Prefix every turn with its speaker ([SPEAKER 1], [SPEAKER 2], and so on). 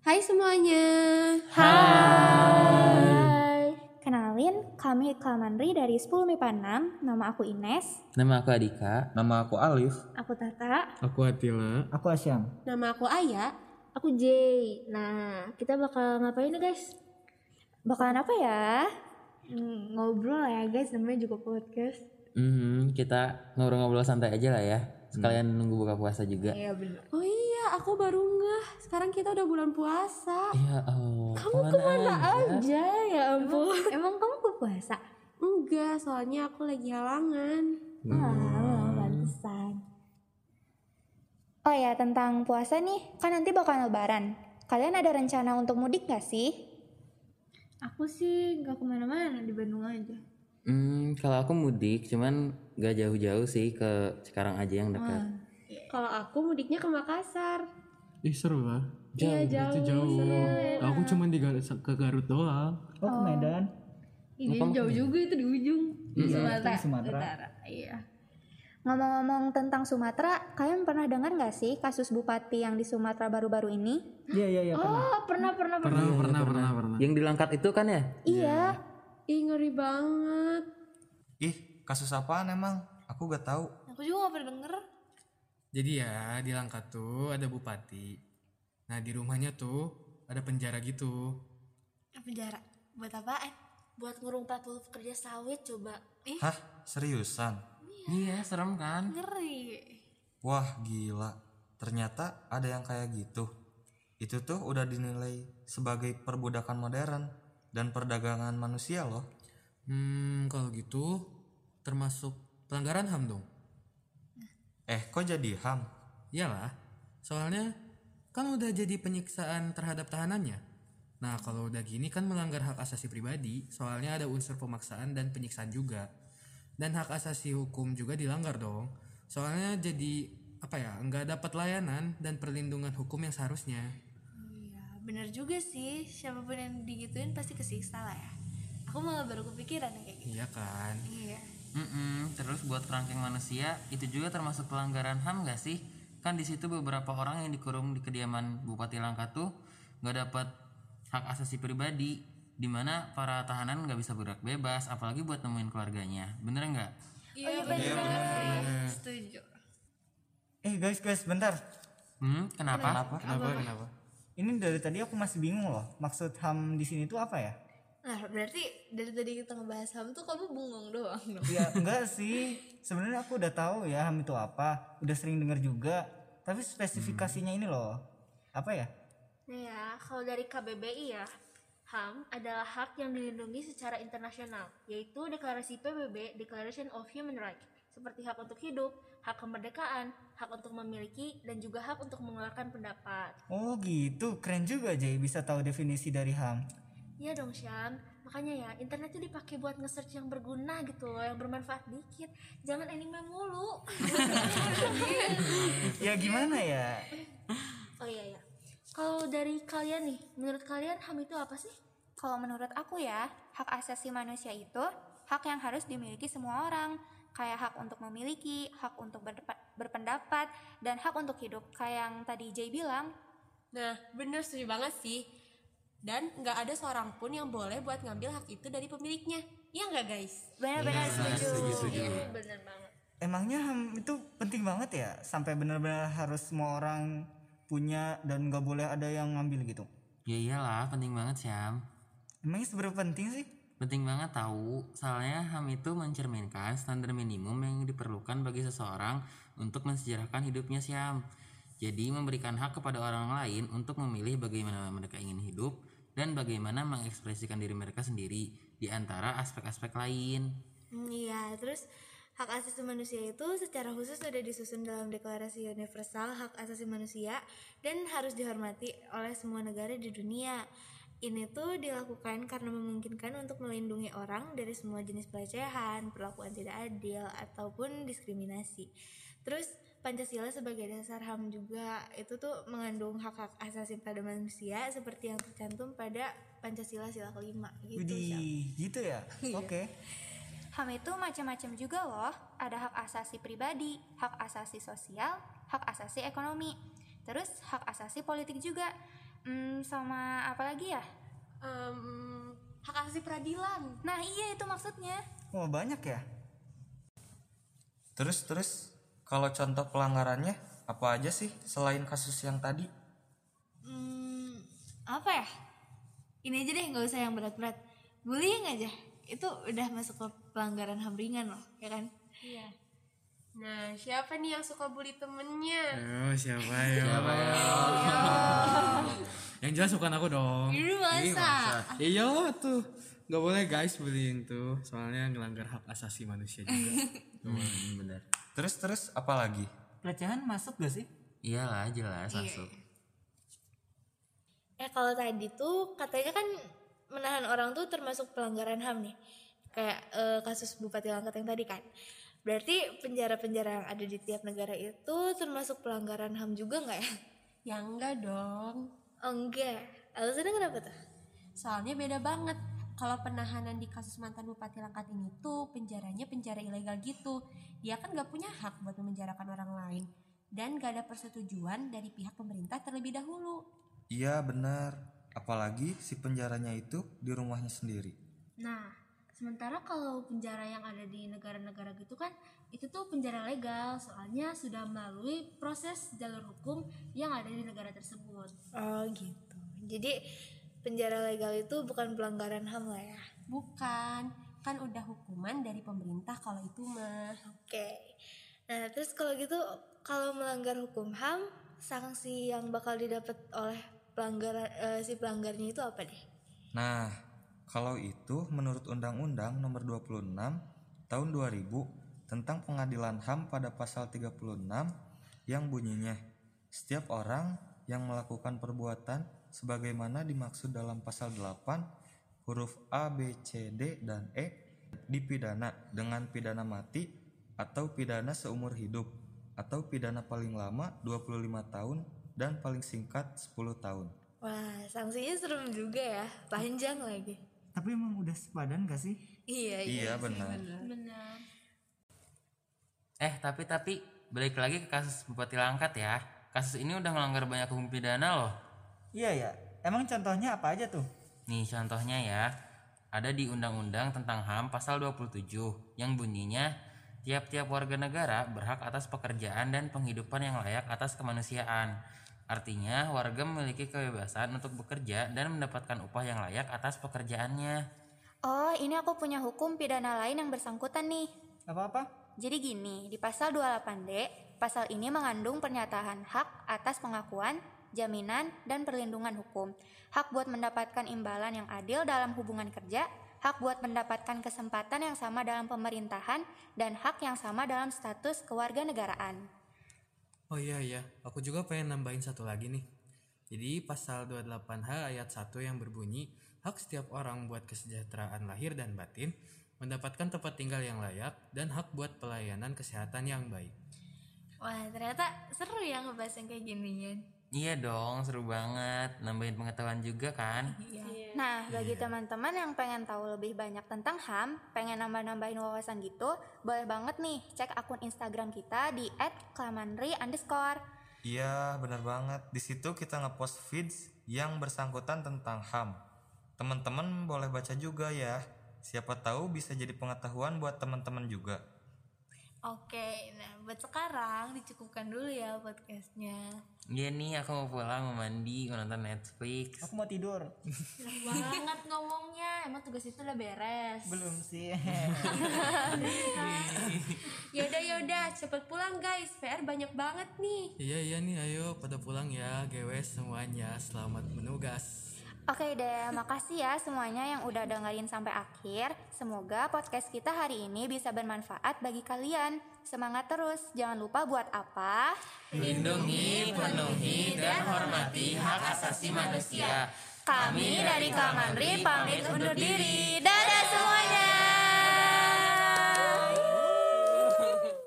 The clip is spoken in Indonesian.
[SPEAKER 1] Hai semuanya.
[SPEAKER 2] Hai. Kenalin, kami Kalmanri dari 10 MIPA 6. Nama aku Ines,
[SPEAKER 3] Nama aku Adika.
[SPEAKER 4] Nama aku Alif.
[SPEAKER 2] aku Tata.
[SPEAKER 5] Aku Atila.
[SPEAKER 6] Aku Asyam.
[SPEAKER 1] Nama aku Aya.
[SPEAKER 7] Aku Jay. Nah, kita bakal ngapain nih guys?
[SPEAKER 2] Bakalan apa ya? Hmm, ngobrol ya guys, namanya juga podcast.
[SPEAKER 3] Mhm, kita ngobrol-ngobrol santai aja lah ya. Sekalian nunggu buka puasa juga.
[SPEAKER 2] Iya bener.
[SPEAKER 1] Oh iya, aku baru ngeh. Sekarang kita udah bulan puasa.
[SPEAKER 3] Ya Allah.
[SPEAKER 1] Kamu kemana aja ya ampun?
[SPEAKER 2] Emang kamu ke puasa?
[SPEAKER 1] Enggak, soalnya aku lagi halangan.
[SPEAKER 2] Wah, pantesan. Oh ya, tentang puasa nih, kan nanti bakal lebaran. Kalian ada rencana untuk mudik gak sih?
[SPEAKER 7] Aku sih nggak kemana-mana di Bandung aja.
[SPEAKER 3] Hmm, kalau aku mudik, cuman gak jauh-jauh sih ke sekarang aja yang dekat.
[SPEAKER 1] Kalau aku mudiknya ke Makassar.
[SPEAKER 5] Ih seru lah.
[SPEAKER 1] Iya,
[SPEAKER 5] Itu jauh. Aku cuma di Gar- ke Garut doang.
[SPEAKER 6] Oh, ke Medan.
[SPEAKER 7] Ini
[SPEAKER 3] Kamu
[SPEAKER 7] jauh juga itu di ujung di Sumatera.
[SPEAKER 6] Iya. itu di Sumatera.
[SPEAKER 7] Utara. Iya.
[SPEAKER 2] Ngomong-ngomong tentang Sumatera, kalian pernah dengar gak sih kasus bupati yang di Sumatera baru-baru ini?
[SPEAKER 6] Iya, iya, iya. pernah.
[SPEAKER 7] Oh, pernah pernah pernah.
[SPEAKER 5] Pernah, pernah, pernah, pernah.
[SPEAKER 3] Yang dilangkat itu kan ya?
[SPEAKER 2] Iya,
[SPEAKER 1] Ih ngeri banget.
[SPEAKER 4] Ih, kasus apaan emang? Aku gak tahu.
[SPEAKER 7] Aku juga nggak pernah denger.
[SPEAKER 5] Jadi ya di Langkat tuh ada bupati. Nah di rumahnya tuh ada penjara gitu.
[SPEAKER 7] Penjara. Buat apaan? Buat ngurung 40 pekerja sawit coba. Ih,
[SPEAKER 4] Hah, seriusan?
[SPEAKER 3] Iya, serem kan?
[SPEAKER 7] ngeri.
[SPEAKER 4] Wah, gila. Ternyata ada yang kayak gitu. Itu tuh udah dinilai sebagai perbudakan modern dan perdagangan manusia loh.
[SPEAKER 5] Hmm, kalau gitu termasuk pelanggaran HAM dong.
[SPEAKER 4] Eh, kok jadi HAM?
[SPEAKER 5] Iyalah, soalnya kan udah jadi penyiksaan terhadap tahanannya. Nah, kalau udah gini kan melanggar hak asasi pribadi, soalnya ada unsur pemaksaan dan penyiksaan juga. Dan hak asasi hukum juga dilanggar dong. Soalnya jadi apa ya, nggak dapat layanan dan perlindungan hukum yang seharusnya.
[SPEAKER 8] Iya, bener juga sih. Siapapun yang digituin pasti kesiksa lah ya. Aku malah baru kepikiran yang kayak gitu.
[SPEAKER 5] Iya kan?
[SPEAKER 8] Iya.
[SPEAKER 3] Mm-mm, terus buat kerangkeng manusia itu juga termasuk pelanggaran HAM gak sih? Kan di situ beberapa orang yang dikurung di kediaman Bupati Langkat tuh nggak dapat hak asasi pribadi di mana para tahanan nggak bisa bergerak bebas apalagi buat nemuin keluarganya. Bener nggak?
[SPEAKER 8] Iya, bener. Setuju.
[SPEAKER 6] Eh, guys, guys, bentar.
[SPEAKER 3] Hmm, kenapa?
[SPEAKER 5] Kenapa? Kenapa?
[SPEAKER 6] Ini dari tadi aku masih bingung loh. Maksud HAM di sini tuh apa ya?
[SPEAKER 8] Nah, berarti dari tadi kita ngebahas HAM tuh kamu bengong doang dong.
[SPEAKER 6] Ya, enggak sih. Sebenarnya aku udah tahu ya HAM itu apa. Udah sering dengar juga. Tapi spesifikasinya ini loh. Apa ya?
[SPEAKER 7] Nih ya, kalau dari KBBI ya, HAM adalah hak yang dilindungi secara internasional, yaitu Deklarasi PBB, Declaration of Human Rights, seperti hak untuk hidup, hak kemerdekaan, hak untuk memiliki, dan juga hak untuk mengeluarkan pendapat.
[SPEAKER 6] Oh, gitu. Keren juga, Jay, bisa tahu definisi dari HAM.
[SPEAKER 7] Iya dong, Syam. Makanya ya, internet tuh dipakai buat nge-search yang berguna gitu loh, yang bermanfaat dikit. Jangan anime mulu.
[SPEAKER 6] Ya gimana ya?
[SPEAKER 7] Oh iya ya. Kalau dari kalian nih, menurut kalian HAM itu apa sih?
[SPEAKER 2] Kalau menurut aku ya, hak asasi manusia itu hak yang harus dimiliki semua orang. Kayak hak untuk memiliki, hak untuk berdepa- berpendapat, dan hak untuk hidup. Kayak yang tadi Jay bilang,
[SPEAKER 1] Nah, bener setuju banget sih. Dan nggak ada seorang pun yang boleh buat ngambil hak itu dari pemiliknya. Iya nggak guys?
[SPEAKER 2] benar-benar Iya, setuju.
[SPEAKER 7] Iya, Bener banget.
[SPEAKER 6] Emangnya HAM itu penting banget ya? Sampai benar-benar harus semua orang punya dan nggak boleh ada yang ngambil gitu.
[SPEAKER 3] Ya iyalah, penting banget Syam.
[SPEAKER 6] Emangnya seberapa penting sih?
[SPEAKER 3] Penting banget tahu, soalnya HAM itu mencerminkan standar minimum yang diperlukan bagi seseorang untuk mensejarahkan hidupnya Syam. Jadi memberikan hak kepada orang lain untuk memilih bagaimana mereka ingin hidup dan bagaimana mengekspresikan diri mereka sendiri di antara aspek-aspek lain.
[SPEAKER 8] Hmm, Iya, terus hak asasi manusia itu secara khusus sudah disusun dalam Deklarasi Universal Hak Asasi Manusia dan harus dihormati oleh semua negara di dunia. Ini tuh dilakukan karena memungkinkan untuk melindungi orang dari semua jenis pelecehan, perlakuan tidak adil, ataupun diskriminasi. Terus Pancasila sebagai dasar HAM juga itu tuh mengandung hak-hak asasi pada manusia seperti yang tercantum pada Pancasila sila kelima gitu. Syam.
[SPEAKER 6] Widih, gitu ya? Oke.
[SPEAKER 2] HAM itu macam-macam juga loh. Ada hak asasi pribadi, hak asasi sosial, hak asasi ekonomi, terus hak asasi politik juga. Hmm, sama apa lagi ya?
[SPEAKER 1] Em, hak asasi peradilan
[SPEAKER 2] Nah iya itu maksudnya.
[SPEAKER 6] Wah banyak ya?
[SPEAKER 4] Terus terus kalau contoh pelanggarannya apa aja sih selain kasus yang tadi?
[SPEAKER 8] Hmm, apa ya? Ini aja deh nggak usah yang berat-berat. Bullying aja. Itu udah masuk ke pelanggaran HAM ringan loh, ya kan?
[SPEAKER 1] nah siapa nih yang suka bully temennya
[SPEAKER 5] Ayo, siapa ya? Yang jelas bukan aku dong.
[SPEAKER 8] Dulu masa.
[SPEAKER 5] Iya tuh. Gak boleh guys bullying tuh. Soalnya ngelanggar hak asasi manusia juga.
[SPEAKER 3] Hmm, bener.
[SPEAKER 4] Terus terus apa lagi?
[SPEAKER 6] Pelecehan masuk gak sih?
[SPEAKER 3] Iyalah jelas masuk.
[SPEAKER 8] Ya kalau tadi tuh katanya kan menahan orang tuh termasuk pelanggaran HAM nih. Kayak eh, kasus Bupati Langkat yang tadi kan. Berarti penjara-penjara yang ada di tiap negara itu termasuk pelanggaran HAM juga nggak ya?
[SPEAKER 1] ya enggak dong
[SPEAKER 8] Oh, enggak. Alasannya kenapa tuh?
[SPEAKER 1] soalnya beda banget kalau penahanan di kasus mantan bupati langkat ini tuh penjaranya penjara ilegal gitu dia kan gak punya hak buat memenjarakan orang lain dan gak ada persetujuan dari pihak pemerintah terlebih dahulu
[SPEAKER 4] Iya benar. Apalagi si penjaranya itu di rumahnya sendiri.
[SPEAKER 7] Nah, sementara kalau penjara yang ada di negara-negara gitu kan, itu tuh penjara legal, soalnya sudah melalui proses jalur hukum yang ada di negara tersebut.
[SPEAKER 8] Oh gitu. Jadi penjara legal itu bukan pelanggaran HAM lah ya.
[SPEAKER 1] bukan kan udah hukuman dari pemerintah kalau itu mah
[SPEAKER 8] Oke. Nah, terus kalau gitu kalau melanggar hukum HAM, sanksi yang bakal didapat oleh pelanggar eh, si pelanggarnya itu apa deh?
[SPEAKER 4] Nah, kalau itu menurut Undang-Undang Nomor 26 Tahun 2000 tentang Pengadilan HAM pada pasal 36 yang bunyinya setiap orang yang melakukan perbuatan sebagaimana dimaksud dalam pasal 8 huruf A, B, C, D dan E dipidana dengan pidana mati atau pidana seumur hidup atau pidana paling lama 25 tahun dan paling singkat 10 tahun.
[SPEAKER 8] Wah, sanksinya serem juga ya, panjang lagi.
[SPEAKER 6] Tapi emang udah sepadan gak sih?
[SPEAKER 8] Iya,
[SPEAKER 4] Iya benar.
[SPEAKER 7] Benar.
[SPEAKER 3] Eh tapi tapi balik lagi ke kasus Bupati Langkat ya. Kasus ini udah melanggar banyak hukum pidana loh.
[SPEAKER 6] Iya ya. Emang contohnya apa aja tuh?
[SPEAKER 3] Nih contohnya ya, ada di Undang-Undang tentang HAM pasal 27 yang bunyinya tiap-tiap warga negara berhak atas pekerjaan dan penghidupan yang layak atas kemanusiaan. Artinya warga memiliki kebebasan untuk bekerja dan mendapatkan upah yang layak atas pekerjaannya.
[SPEAKER 2] Oh ini aku punya hukum pidana lain yang bersangkutan nih.
[SPEAKER 6] Apa-apa?
[SPEAKER 2] Jadi gini, di pasal 28D, pasal ini mengandung pernyataan hak atas pengakuan, jaminan, dan perlindungan hukum. Hak buat mendapatkan imbalan yang adil dalam hubungan kerja, hak buat mendapatkan kesempatan yang sama dalam pemerintahan, dan hak yang sama dalam status kewarganegaraan.
[SPEAKER 5] Oh iya iya, aku juga pengen nambahin satu lagi nih. Jadi pasal 28H ayat 1 yang berbunyi, hak setiap orang buat kesejahteraan lahir dan batin, mendapatkan tempat tinggal yang layak, dan hak buat pelayanan kesehatan yang baik.
[SPEAKER 8] Wah, ternyata seru ya ngebahas yang kayak ginian.
[SPEAKER 3] Iya dong, seru banget. Nambahin pengetahuan juga kan?
[SPEAKER 2] Nah, bagi teman-teman yang pengen tahu lebih banyak tentang HAM, pengen nambah-nambahin wawasan gitu, boleh banget nih cek akun Instagram kita di @klamandri underscore.
[SPEAKER 4] Iya, benar banget. Di situ kita ngepost feeds yang bersangkutan tentang HAM. Teman-teman boleh baca juga ya. Siapa tahu bisa jadi pengetahuan buat teman-teman juga.
[SPEAKER 8] Oke, nah buat sekarang dicukupkan dulu ya podcastnya.
[SPEAKER 3] Iya nih, aku mau pulang, mau mandi, mau nonton Netflix.
[SPEAKER 6] Aku mau tidur.
[SPEAKER 7] banget ngomongnya, emang tugas itu udah beres.
[SPEAKER 6] Belum sih.
[SPEAKER 1] yaudah yaudah cepet pulang guys PR banyak banget nih
[SPEAKER 5] Iya iya nih, ayo pada pulang ya, gewes semuanya. Selamat menugas.
[SPEAKER 2] Oke deh, makasih ya semuanya yang udah dengerin sampai akhir. Semoga podcast kita hari ini bisa bermanfaat bagi kalian. Semangat terus, jangan lupa buat apa?
[SPEAKER 3] Lindungi, penuhi, dan hormati hak asasi manusia.
[SPEAKER 2] Kami dari Kamandri pamit undur diri. Dadah!